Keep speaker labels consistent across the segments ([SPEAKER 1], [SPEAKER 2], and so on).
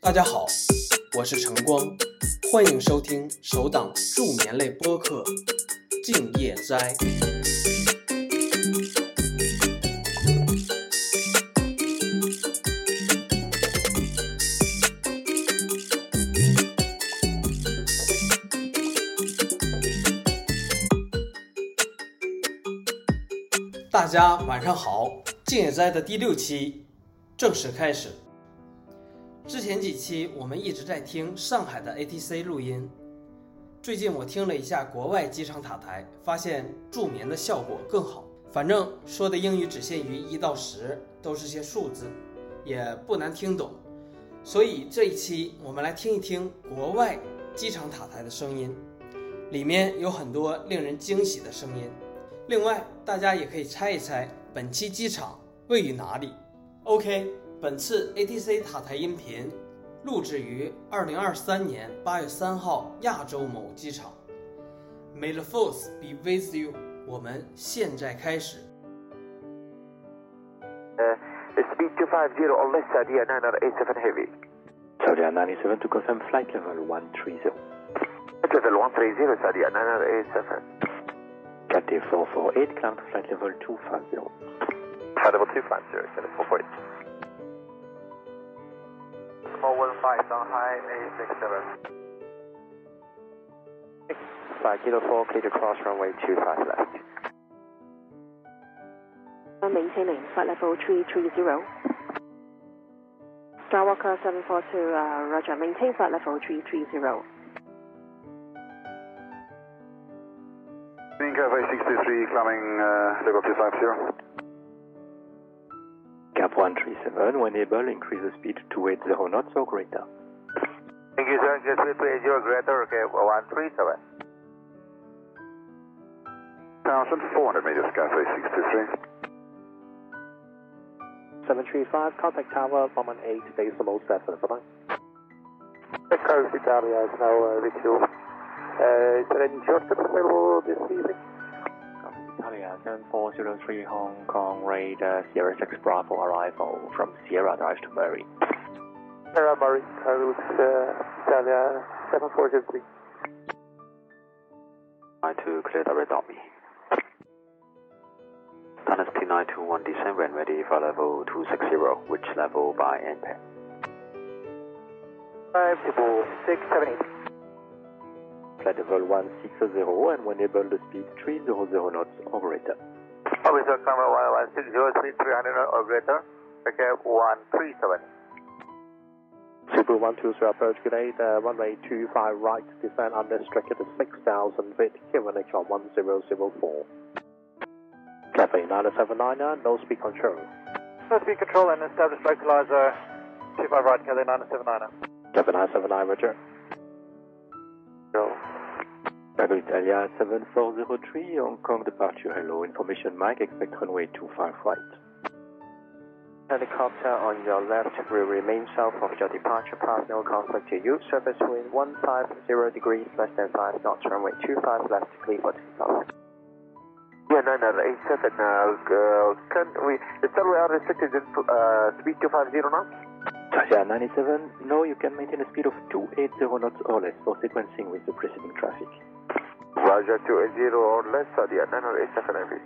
[SPEAKER 1] 大家好，我是晨光，欢迎收听首档助眠类播客《静夜斋》。大家晚上好，《静夜斋》的第六期正式开始。之前几期我们一直在听上海的 ATC 录音，最近我听了一下国外机场塔台，发现助眠的效果更好。反正说的英语只限于一到十，都是些数字，也不难听懂。所以这一期我们来听一听国外机场塔台的声音，里面有很多令人惊喜的声音。另外，大家也可以猜一猜本期机场位于哪里。OK，本次 ATC 塔台音频录制于二零二三年八月三号亚洲某机场。May the force be with you。我们现在开始。
[SPEAKER 2] Uh, Speed 250 on left side, yeah, 9087 heavy.
[SPEAKER 3] Saudi
[SPEAKER 2] uh,
[SPEAKER 3] 97 to confirm flight level 130.
[SPEAKER 2] Level 130, Saudi 987.
[SPEAKER 3] Cat 448 climb to flight level 250.
[SPEAKER 2] Flight level 250, Saudi 440. 415, Shanghai 867. 5 kilo 4, clear to cross runway 25 left.
[SPEAKER 4] Maintaining flight level 330. Star Walker 742, uh, roger. Maintain flight level 330.
[SPEAKER 2] Inca 563, climbing uh, level 250.
[SPEAKER 3] Cap 137, when able, increase the speed to 280 knots or greater.
[SPEAKER 2] Thank you, sir. Get 380 greater, okay, 137. 1,400 meters, Sky 623.
[SPEAKER 5] 735, contact tower, Bombing 8, base level 7, bye-bye.
[SPEAKER 2] Echo Italia is now uh, with you. Uh, is there any shortcut available this evening?
[SPEAKER 3] Italia 7403 Hong Kong radar Sierra 6 Bravo arrival from Sierra Drive to Murray.
[SPEAKER 2] Sarah Murray, uh, route uh, Italia 7403.
[SPEAKER 6] Nine two clear the red army. Tunnels T nine two one descend when ready for level two six zero, which level by impact.
[SPEAKER 2] 5 people, 678.
[SPEAKER 3] Flight level 160 and when able, the speed 300 knots or greater.
[SPEAKER 2] Officer, camera 116, 300 or greater. Okay, 137.
[SPEAKER 5] Super 123 approach, good day, uh, runway 25 right, descend unrestricted to 6,000 feet, given HR 1004. Cafe
[SPEAKER 3] oh
[SPEAKER 5] 9799, no speed control.
[SPEAKER 2] First speed control and established localizer 25 right, KD 9799.
[SPEAKER 5] Cafe 979, roger.
[SPEAKER 3] Cargo Italia 7403 Hong Kong departure, hello. Information Mike, expect runway 25 right.
[SPEAKER 7] Helicopter on your left will remain south of your departure path. No conflict to you. Surface wind 150 degrees, less than 5 knots. Runway 25 left, clear for takeoff.
[SPEAKER 2] Yeah, 9087. Uh, uh, can we, it's we are restricted to uh, speed 250 knots?
[SPEAKER 3] Italia 97, no, you can maintain a speed of 280 knots or less for sequencing with the preceding traffic.
[SPEAKER 2] Roger 280 or less, Saudi 9087 heavy.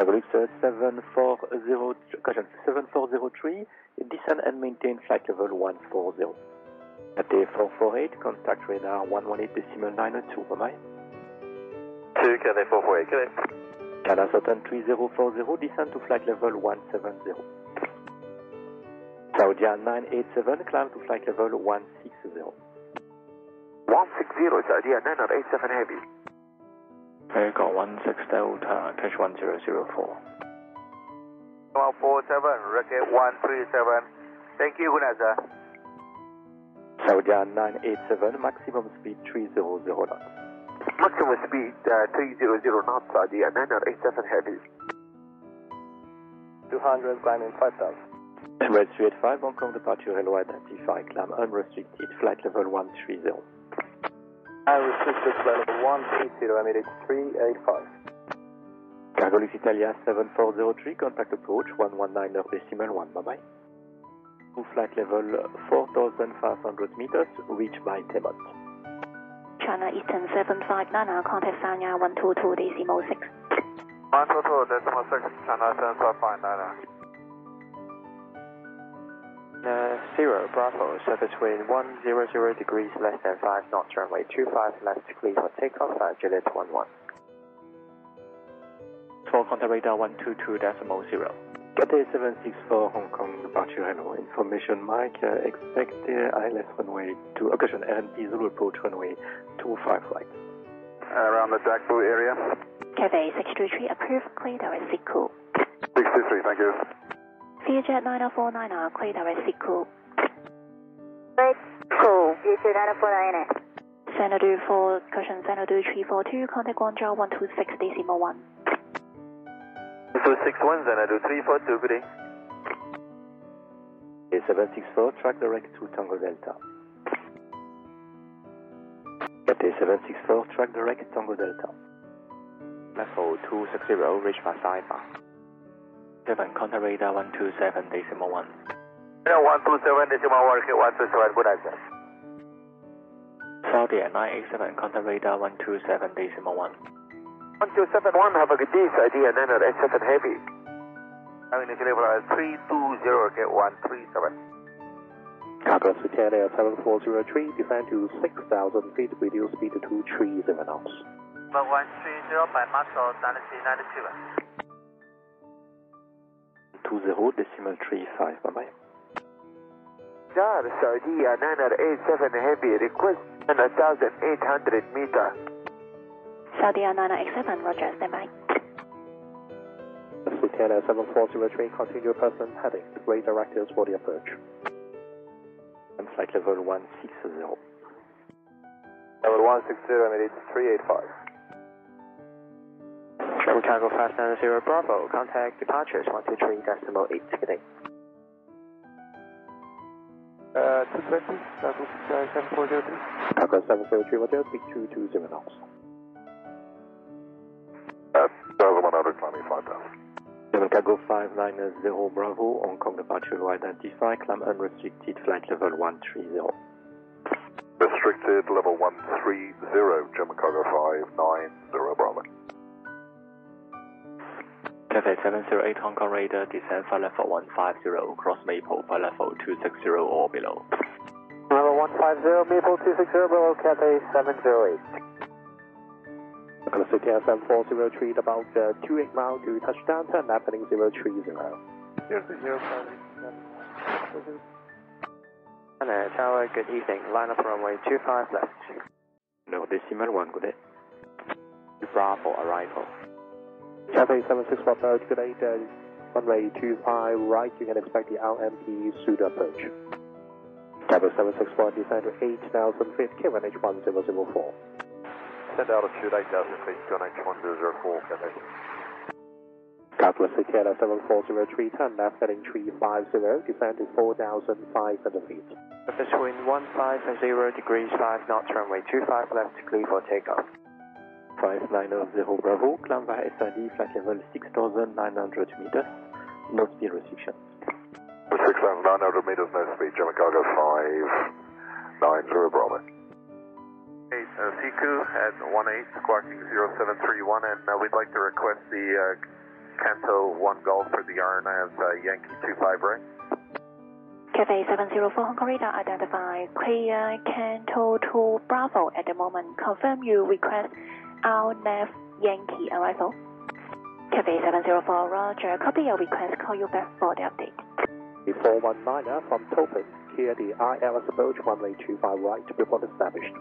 [SPEAKER 3] Avalux 740, caution, 7403, descend and maintain flight level 140. At 448, contact radar 118.902, bye-bye.
[SPEAKER 2] 2 KD 448, KD.
[SPEAKER 3] Canada Southern 3040, descend to flight level 170. Saudia 987, climb to flight level 160.
[SPEAKER 2] 160, Saudi 9087 heavy.
[SPEAKER 3] America 16 Delta, cash 1004.
[SPEAKER 2] 147, rocket 137. Thank you, Gunaza.
[SPEAKER 3] Saudia 987, maximum speed 300 knots.
[SPEAKER 2] Maximum speed uh, 300 knots, Saudi 9087 heavy.
[SPEAKER 7] 200, climbing 5000.
[SPEAKER 3] Emirates 385, Hong Kong departure, hello, identify, climb unrestricted, flight level 130.
[SPEAKER 7] I restricted level 130, Emirates 385.
[SPEAKER 3] Cargo Lux Italia 7403, contact approach 119 decimal 1, bye-bye. to flight level 4,500 meters, reach by Tebet.
[SPEAKER 8] China Eastern 759, uh, contact Sanya 122 decimal 6.
[SPEAKER 2] 122 decimal 6, China 7559.
[SPEAKER 7] Uh, zero Bravo, surface wind 100 degrees less than 5 knots, runway 25 left clear for takeoff, uh, Juliet 11.
[SPEAKER 3] For contact radar 122 decimal 0. Cathay 764 Hong Kong departure runway. Information Mike, uh, expect uh, ILS runway uh, to occasion LNP Zulu approach runway 25 right.
[SPEAKER 2] Around the Jack Blue area.
[SPEAKER 8] Cathay 633, approve, clear direct Siku.
[SPEAKER 2] 623, thank you.
[SPEAKER 8] Vietjet 9049, uh, clear direct Siku.
[SPEAKER 9] Great, cool. Future 9049,
[SPEAKER 8] Xanadu 4, caution Xanadu 342, contact Guangzhou 126 decimal 1.
[SPEAKER 2] 261, Xanadu 342, good day.
[SPEAKER 3] A 764, track direct to Tango Delta. Cathay 764, track direct Tango Delta.
[SPEAKER 7] Level 260, reach my Saipa.
[SPEAKER 3] 7, contact radar 127 decimal 1.
[SPEAKER 2] 127 decimal 1, 127, good night, sir.
[SPEAKER 3] Saudi 987, contact radar 127 decimal 1.
[SPEAKER 2] 1271, have a good day, sir. DNN at S7 Heavy. I'm in level at 320, okay, 137.
[SPEAKER 5] Address to Canada 7403, descend to 6,000 feet, reduce speed to 30 knots.
[SPEAKER 10] But 130 by Marshall, Dynasty 92.
[SPEAKER 3] 20 decimal 35, bye bye.
[SPEAKER 2] Jar, Saudi, Anana 87 Heavy, request an 1,800 meter.
[SPEAKER 8] Saudi 987, roger, standby.
[SPEAKER 5] Address to Canada 7403, continue present heading, three directives for the approach.
[SPEAKER 3] And flight level 160.
[SPEAKER 2] Level 160, Emirates 385.
[SPEAKER 7] Chicago 590 Bravo, contact departures 123 decimal 8, good day.
[SPEAKER 2] Uh, 220, Douglas uh, 7403.
[SPEAKER 5] Address 703 Hotel, speed 220 knots.
[SPEAKER 2] That's 1,125 down.
[SPEAKER 3] Chicago 590 Bravo, Hong Kong departure to identify, climb unrestricted flight level 130.
[SPEAKER 2] Restricted level 130, German cargo 590 Bravo.
[SPEAKER 3] Cafe 708 Hong Kong radar descend flight level 150, cross Maple flight level 260 or below.
[SPEAKER 7] Level 150, Maple 260 below Cathay 708.
[SPEAKER 5] And the CTS 7403, about uh, 28 miles to touchdown, turn left heading 030.
[SPEAKER 7] China Tower, good evening, line up runway 25 left.
[SPEAKER 3] No decimal 1, good day.
[SPEAKER 7] Bravo, arrival.
[SPEAKER 5] Cathay 761 approach, good day, uh, runway 25 right, you can expect the LMP suit approach. Cathay 761, descend to 8,000 feet, KMNH 1004.
[SPEAKER 2] Send altitude 8,000 feet, Gunage 1004, Cathay.
[SPEAKER 5] Southwest Cicada 7403, turn left heading 350, descend to 4,500 feet.
[SPEAKER 7] Surface wind 150 degrees 5 knots, runway 25 left, clear for takeoff.
[SPEAKER 3] 590 Bravo, climb via SID, flight level 6,900 meters, no speed restriction.
[SPEAKER 2] 6,900 meters, no speed, German cargo 590 Bravo. Eight, uh, Siku at 18, squawking 0731, and uh, we'd like to request the uh, Kanto 1 Golf for the RNA of uh, Yankee 25 Ray.
[SPEAKER 8] Cafe 704 Hong Kong radar identify clear Canto 2 Bravo at the moment. Confirm you request our nav Yankee arrival. Cafe 704 Roger, copy your request. Call you back for the update.
[SPEAKER 5] The 419 from Topaz, clear the ILS approach runway 25 right, report established.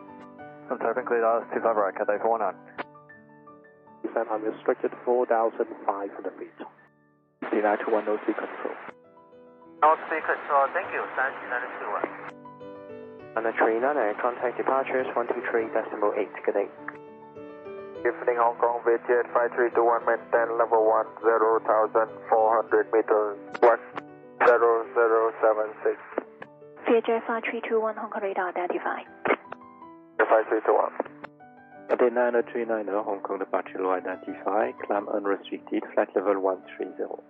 [SPEAKER 11] I'm typing clear ILS 25 right, Cathay 419.
[SPEAKER 5] Descent unrestricted 4,500 feet.
[SPEAKER 3] Denied to 103 control.
[SPEAKER 10] North Secret Store, thank you, 3991.
[SPEAKER 7] China Tree Nana, contact departures 123 decimal 8, good day.
[SPEAKER 2] Evening Hong Kong, VJet 5321, maintain level 10,400 meters, 10076.
[SPEAKER 8] Vietjet 5321 Hong Kong radar identify.
[SPEAKER 2] 5321.
[SPEAKER 3] Cathay 9039 Hong Kong departure low identify, climb unrestricted, flight level 130.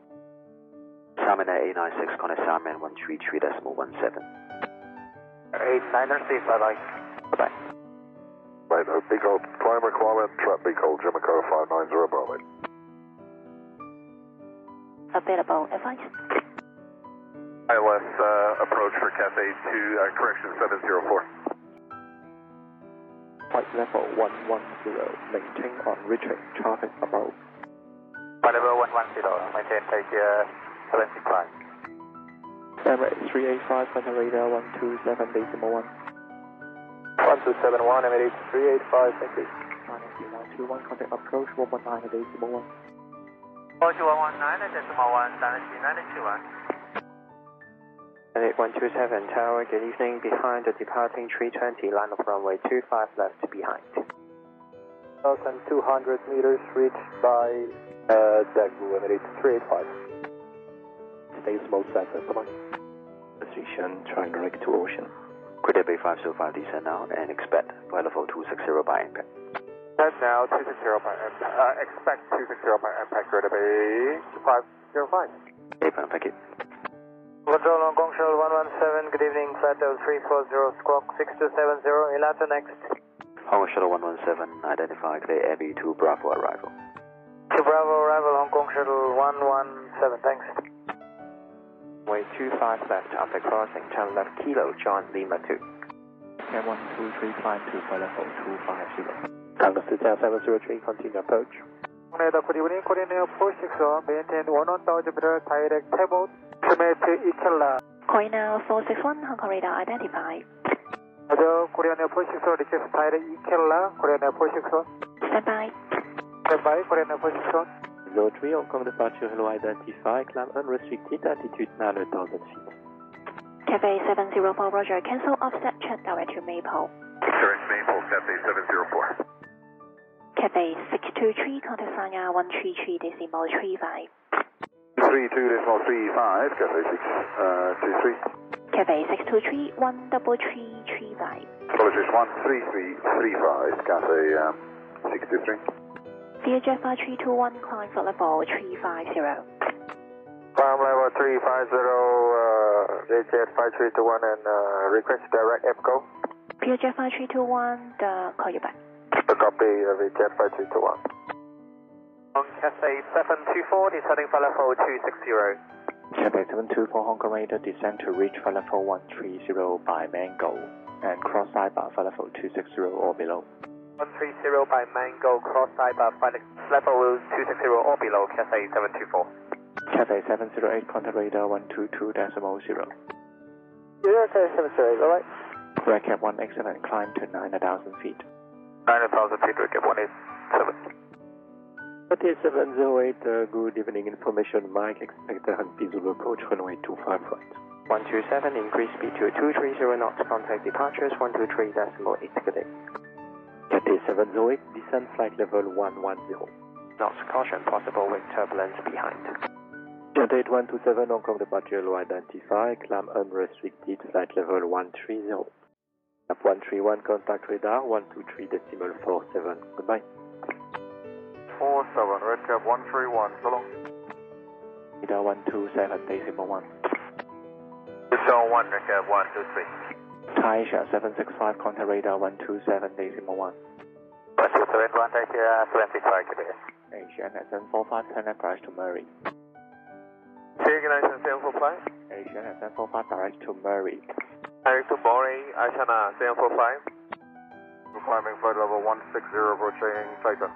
[SPEAKER 12] Salmon Air 896, contact Salmon 133.17.
[SPEAKER 2] 890 bye bye.
[SPEAKER 12] Bye-bye.
[SPEAKER 10] Right, uh, Big Old Climber Climber, Trap Big Old Jimico 590 Bravo.
[SPEAKER 8] Available advice.
[SPEAKER 10] ILS uh, approach for Cathay to uh, correction 704.
[SPEAKER 13] Flight level 110, maintain on reaching traffic above.
[SPEAKER 2] Flight level 110, maintain take uh, 75.
[SPEAKER 13] Emirates 385, contact radar 127, decimal 1.
[SPEAKER 14] 1271, Emirates 385, thank you.
[SPEAKER 13] 98121, contact approach 119, decimal 1.
[SPEAKER 2] Approach 119, decimal 1, Dynasty 921.
[SPEAKER 14] Emirates 127 Tower, good evening. Behind the departing 320, line of runway 25 left behind.
[SPEAKER 13] 1200 meters reached by uh, Daegu Emirates 385. Decimal 7, come on.
[SPEAKER 3] Position triangle to ocean.
[SPEAKER 12] Credit Bay 505 descend now and expect flight level 260 by impact.
[SPEAKER 10] That's now 260 by impact. Uh, expect 260 by impact, Credit Bay 505.
[SPEAKER 12] Airplane packet.
[SPEAKER 2] Control on Gongshill 117, good evening, flat level 340, squawk 6270, Ilato next.
[SPEAKER 12] Hong Kong Shuttle 117, identify clear Abbey 2 Bravo arrival.
[SPEAKER 2] 2 Bravo arrival, Hong Kong Shuttle 117, thanks.
[SPEAKER 14] Way 25 left after crossing, turn left Kilo, John Lima 2.
[SPEAKER 3] Okay, 123, climb to flight level 250.
[SPEAKER 13] Tango 703, continue approach.
[SPEAKER 2] 오늘도 굿이브닝 코리네어 46호 메인텐 원원 더즈비를 다이렉 태보 스매트 이켈라
[SPEAKER 8] Korean 461 Hong Kong radar identified.
[SPEAKER 2] 먼저 코리아네어 46호 리퀘스트 다이렉 이켈라 코리아네어 46호
[SPEAKER 8] Stand by.
[SPEAKER 2] 스탠바이 코리아네어 46호
[SPEAKER 3] Zero 3 Hong Kong departure hello identify climb unrestricted altitude 9000 feet.
[SPEAKER 8] Cafe 704 Roger cancel offset check direct to Maple.
[SPEAKER 10] Correct Maple, Cathay 704.
[SPEAKER 8] Cafe 623 contact Sanya 133 decimal 35.
[SPEAKER 10] 32 decimal 35, Cathay 6, uh, 23.
[SPEAKER 8] Cafe 623 13335.
[SPEAKER 10] Apologies, 13335, Cathay um, 623.
[SPEAKER 8] Vietjet 5321 climb for level 350.
[SPEAKER 2] Climb level 350, uh, Vietjet 5321 and uh, request direct EPCO.
[SPEAKER 8] Vietjet 5321, uh, call you back.
[SPEAKER 2] A copy of Vietjet 5321. On Cathay 724, descending for level 260.
[SPEAKER 3] Cathay 724 Hong Kong radar descend to reach flight level 130 by Mango and cross IBA flight level 260 or below.
[SPEAKER 2] 130 by Mango, cross cyber, flight level 260 or below, Cathay 724.
[SPEAKER 3] Cathay 708 contact radar 122.0.
[SPEAKER 14] Yeah, okay, 708, alright.
[SPEAKER 3] Racket 1 excellent climb to 9,000 feet.
[SPEAKER 2] 9,000 feet, Racket 187.
[SPEAKER 3] 3708, uh, good evening information, Mike. Expect a Hanpi Zulu approach runway 25 right.
[SPEAKER 14] 127, increase speed to 230 knots, contact departures 123 decimal 8, good day.
[SPEAKER 3] Cathay 708, descend flight level 110.
[SPEAKER 14] Knots, caution, possible with turbulence behind.
[SPEAKER 3] Cathay 127, Hong Kong departure low identify, climb unrestricted, flight level 130. Up 131, contact radar 123 decimal 47, goodbye.
[SPEAKER 10] 47, Red Cap 131, so long.
[SPEAKER 3] Ida 127, decimal 1.
[SPEAKER 2] Zone 1, Red Cap 123.
[SPEAKER 3] Taisha 765, contact radar 127, decimal 1.
[SPEAKER 2] 127, uh, 125, clear.
[SPEAKER 3] Asian 745, turn approach to Murray.
[SPEAKER 2] Signation 745.
[SPEAKER 3] Asian 745, direct to Murray.
[SPEAKER 2] Direct to Murray, Ashana 745.
[SPEAKER 10] Climbing flight level 160, approaching Titan.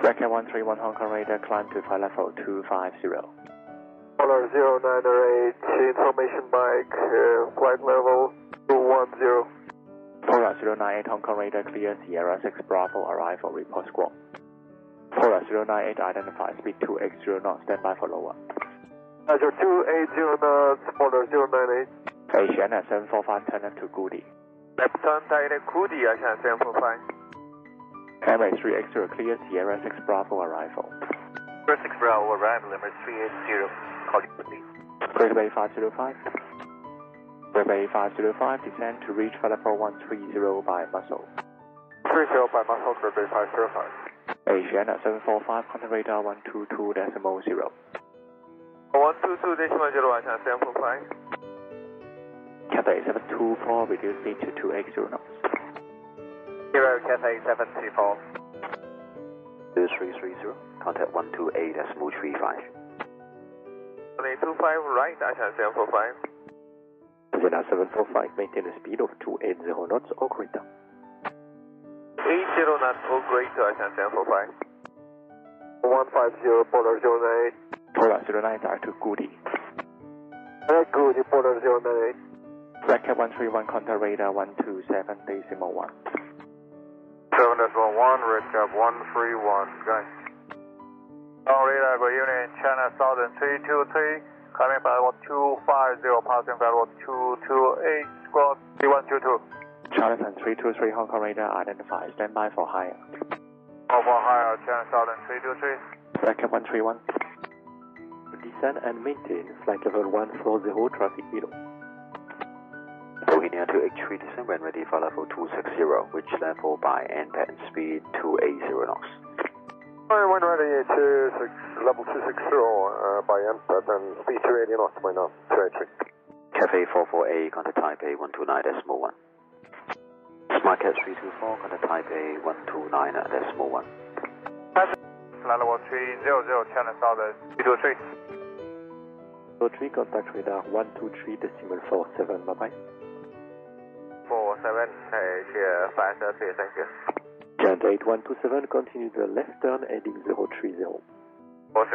[SPEAKER 3] Bracket 131 Hong Kong radar climb to flight level 250.
[SPEAKER 2] Polar 0908, information bike, uh, flight level 210.
[SPEAKER 3] Polar 098 Hong Kong radar clear Sierra 6 Bravo arrival report squawk. Polar 098 identified speed 280 knots, standby for lower.
[SPEAKER 2] Azure 280 knots, Polar 098.
[SPEAKER 3] Asian at 745 turn left to Goody.
[SPEAKER 2] Left turn direct Goody, Asian 745.
[SPEAKER 3] Emirates 380 clear Sierra 6 Bravo arrival.
[SPEAKER 2] Sierra 6 Bravo arrival, Emirates 380, call you please.
[SPEAKER 3] Great Bay 505. Great Bay 505, descend to reach flight level 130 by muscle.
[SPEAKER 10] 30 by muscle, Great Bay 505.
[SPEAKER 3] Asian at 745, contact radar 122.0.
[SPEAKER 10] 122 decimal zero right hand, sample five.
[SPEAKER 7] Cathay 724, reduce speed to 280 knots.
[SPEAKER 10] Zero Cathay 724.
[SPEAKER 6] 2330, contact 128 decimal 35.
[SPEAKER 10] 125 right, Ashan 745.
[SPEAKER 7] Zena 745, maintain a speed of 280 knots or greater.
[SPEAKER 10] 80 knots or greater, Ashan 745.
[SPEAKER 2] 150 Polar 098.
[SPEAKER 7] Polar 09, direct to Goody.
[SPEAKER 2] Red Goody, Polar 098.
[SPEAKER 7] Racket 131, contact radar 127, decimal 1.
[SPEAKER 2] 7 decimal 1, Red Cap 131, guys.
[SPEAKER 10] All radar, good evening. China Southern 323, climbing by 250, passing by 228, squad 3122.
[SPEAKER 7] Charlatan 323, Hong Kong radar identified. Stand by for higher.
[SPEAKER 10] Alpha Higher, uh, China Southern 323.
[SPEAKER 7] Flight level 131.
[SPEAKER 3] Descend and maintain flight level 140 traffic below.
[SPEAKER 6] Bohemia 283 descend when ready for level 260, which level by end pattern speed 280 knots.
[SPEAKER 2] Alright, when ready to six, level 260 uh, by end pattern speed 280 knots by now, 283.
[SPEAKER 6] Cafe 448, contact Taipei 129.1. Smart Cat 324, contact Taipei 129 at decimal 1.
[SPEAKER 10] Flight level 300, China Southern 323.
[SPEAKER 3] So 3 contact radar 123 decimal 47, bye bye.
[SPEAKER 10] 47, uh, here 530, thank you.
[SPEAKER 3] Jet 8127, continue the left turn heading 030. 40.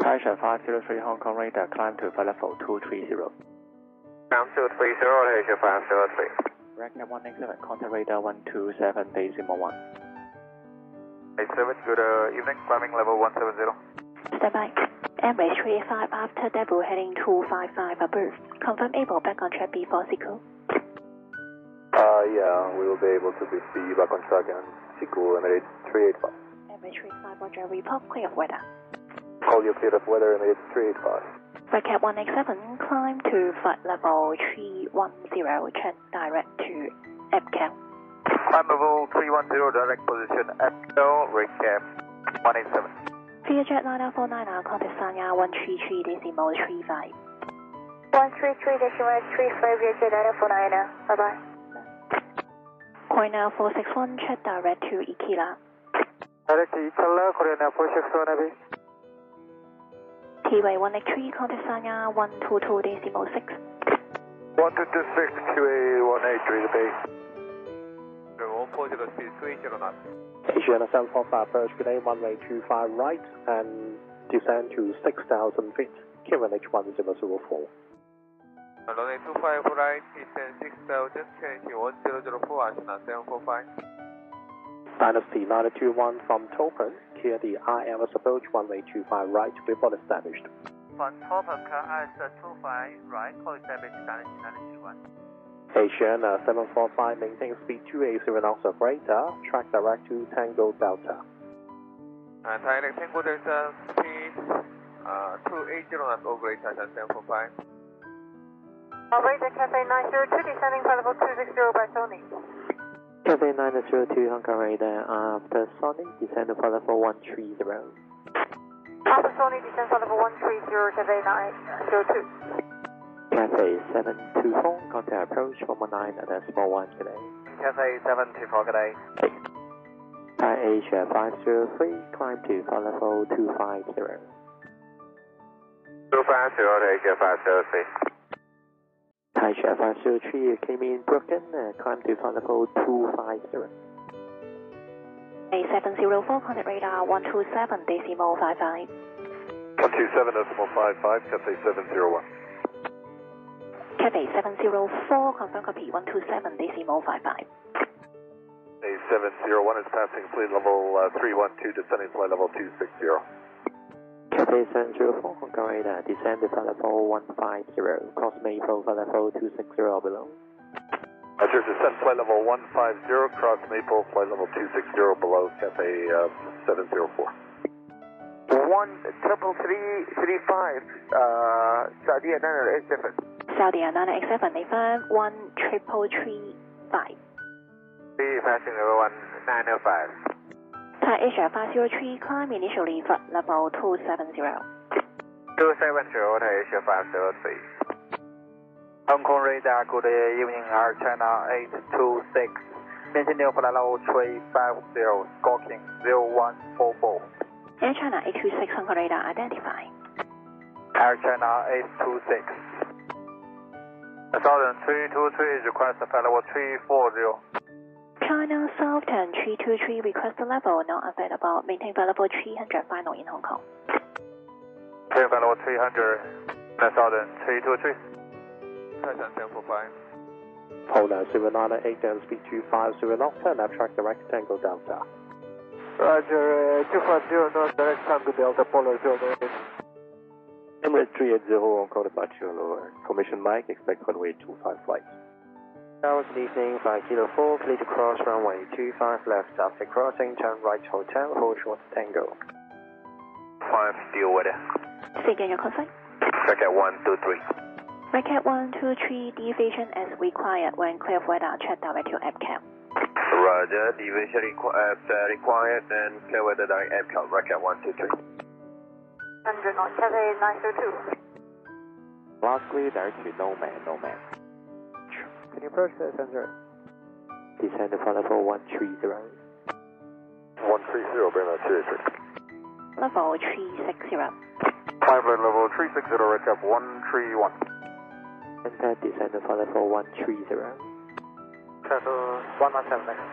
[SPEAKER 7] Taisha 503 Hong Kong radar, climb to flight level 230.
[SPEAKER 10] Climb 230, Taisha 503.
[SPEAKER 7] Racket 187, contact radar 127, decimal 1.
[SPEAKER 10] Hey, service, good uh, evening, climbing level 170.
[SPEAKER 8] Stand by. Emirates 35 after double heading 255 above. Confirm able back on track before Sequel.
[SPEAKER 2] Uh, yeah, we will be able to be see back on track and Sequel Emirates 385.
[SPEAKER 8] Emirates 35, roger, report clear of weather.
[SPEAKER 2] Call your clear of weather Emirates 385.
[SPEAKER 8] Racket 187, climb to flight level 310, turn direct to EPCAL.
[SPEAKER 10] Climb level 310, direct position EPCAL, Racket 187.
[SPEAKER 8] Vietjet 9049, uh, contact Sanya 133 decimal 35.
[SPEAKER 9] 133 decimal 35, Vietjet 9049, bye bye.
[SPEAKER 8] Koina 461, check direct to Ikila.
[SPEAKER 10] Direct to Ikila, Koina 461, Abby.
[SPEAKER 8] T-Way 183, contact Sanya 122 decimal 6.
[SPEAKER 2] 1226, T-Way 183 to base.
[SPEAKER 10] 140 speed 309.
[SPEAKER 5] Asiana 745, approach today, one way 25 right and descend to 6,000 feet, QNH 1004.
[SPEAKER 10] Runway 25 right, descend 6,000, QNH 1004, Ashina 745.
[SPEAKER 5] Dynasty 921 from Topen, clear the IMS approach runway 25 right to be well established.
[SPEAKER 15] From Topen, clear IMS 25 right, call established Dynasty 921.
[SPEAKER 5] Asian 745, maintain speed 280 knots of radar, track direct to Tango Delta.
[SPEAKER 10] Uh, direct Tango Delta, speed uh, 280 knots over greater than 745.
[SPEAKER 9] Operator Cafe 902, descending for level 260 by Sony.
[SPEAKER 3] Cafe 902 Hong Kong radar after Sony descend for level 130.
[SPEAKER 9] After Sony descend for level 130, Cafe 902.
[SPEAKER 3] Cafe 724, contact approach 119 at decimal 1 today.
[SPEAKER 10] Cafe 724, good day.
[SPEAKER 3] Hey. Thai Asia 503, climb to for level 250. 250,
[SPEAKER 10] Asia 503.
[SPEAKER 3] Taisha 503 came in broken, uh, climb to flight level 250.
[SPEAKER 8] A704 contact radar 127 decimal 55.
[SPEAKER 2] 127 decimal 55, Cathay 701.
[SPEAKER 8] Cathay 704, confirm copy 127 decimal 55.
[SPEAKER 2] A701 is passing fleet level uh, 312, descending flight level 260.
[SPEAKER 3] Cathay 704 Hong Kong radar, uh, descend to flight level 150, cross Maple flight level 260 below.
[SPEAKER 2] Roger, descend flight level 150, cross Maple flight level 260 below Cathay uh, 704.
[SPEAKER 10] One triple three three five uh, Saudi Anana eight seven.
[SPEAKER 8] Saudi Anana eight seven, they firm one triple three five.
[SPEAKER 10] Three passenger one nine oh five.
[SPEAKER 8] Thai Asia 503 climb initially for level
[SPEAKER 2] 270
[SPEAKER 8] 270.
[SPEAKER 2] Asia 503. Hong Kong radar, good evening, Air China 826. Engineer Palalo 350, squawking 0144.
[SPEAKER 8] Air China 826 Hong Kong radar, identify.
[SPEAKER 2] Air China 826. Southern 323 is request Palalo 340.
[SPEAKER 8] China Southern 323 request level not available. Maintain available 300 final in Hong Kong.
[SPEAKER 2] Turn final 300, Southern 323. Titan 1045.
[SPEAKER 3] Polar 098 and speed 250 north, turn up track the rectangle delta.
[SPEAKER 2] Roger, uh, 250 north, direct tango delta, polar 098.
[SPEAKER 16] Emirates 380 Hong Kong departure, lower. Commission Mike, expect runway 25 flight.
[SPEAKER 17] Tower, good evening, 504, clear to cross runway 25 left. After crossing, turn right hotel, hold short tango.
[SPEAKER 18] 5, deal with it.
[SPEAKER 8] Say again your consent.
[SPEAKER 18] Rocket 1, 2, 3.
[SPEAKER 8] Rocket 123 deviation as required when clear of weather, check direct to APCAP.
[SPEAKER 18] Roger, deviation requ- as uh, required and clear weather direct aircraft, rocket 123.
[SPEAKER 19] 100 North, Cathay 902.
[SPEAKER 4] Lastly, direct to no man, no man.
[SPEAKER 17] Can you approach the sensor? Descend for level 130.
[SPEAKER 18] 130, Bremen 383.
[SPEAKER 8] Level 360.
[SPEAKER 2] Climber level 360, Redcap 131.
[SPEAKER 17] Enter descend for level 130.
[SPEAKER 2] Shuttle 117 next.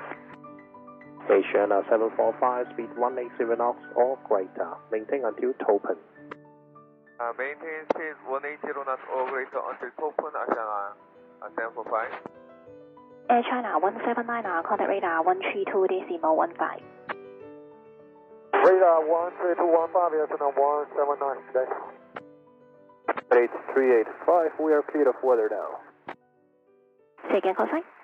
[SPEAKER 3] Station uh, 745, speed 180 knots or greater. Maintain until open.
[SPEAKER 2] Uh, maintain speed 180 knots or greater until open Ashana. Uh, 1045.
[SPEAKER 8] Air China 179 uh, contact radar 132 decimal 15.
[SPEAKER 2] Radar 13215, yes, no, 179 today.
[SPEAKER 17] 8385, we are clear of weather now.
[SPEAKER 8] Say again consent.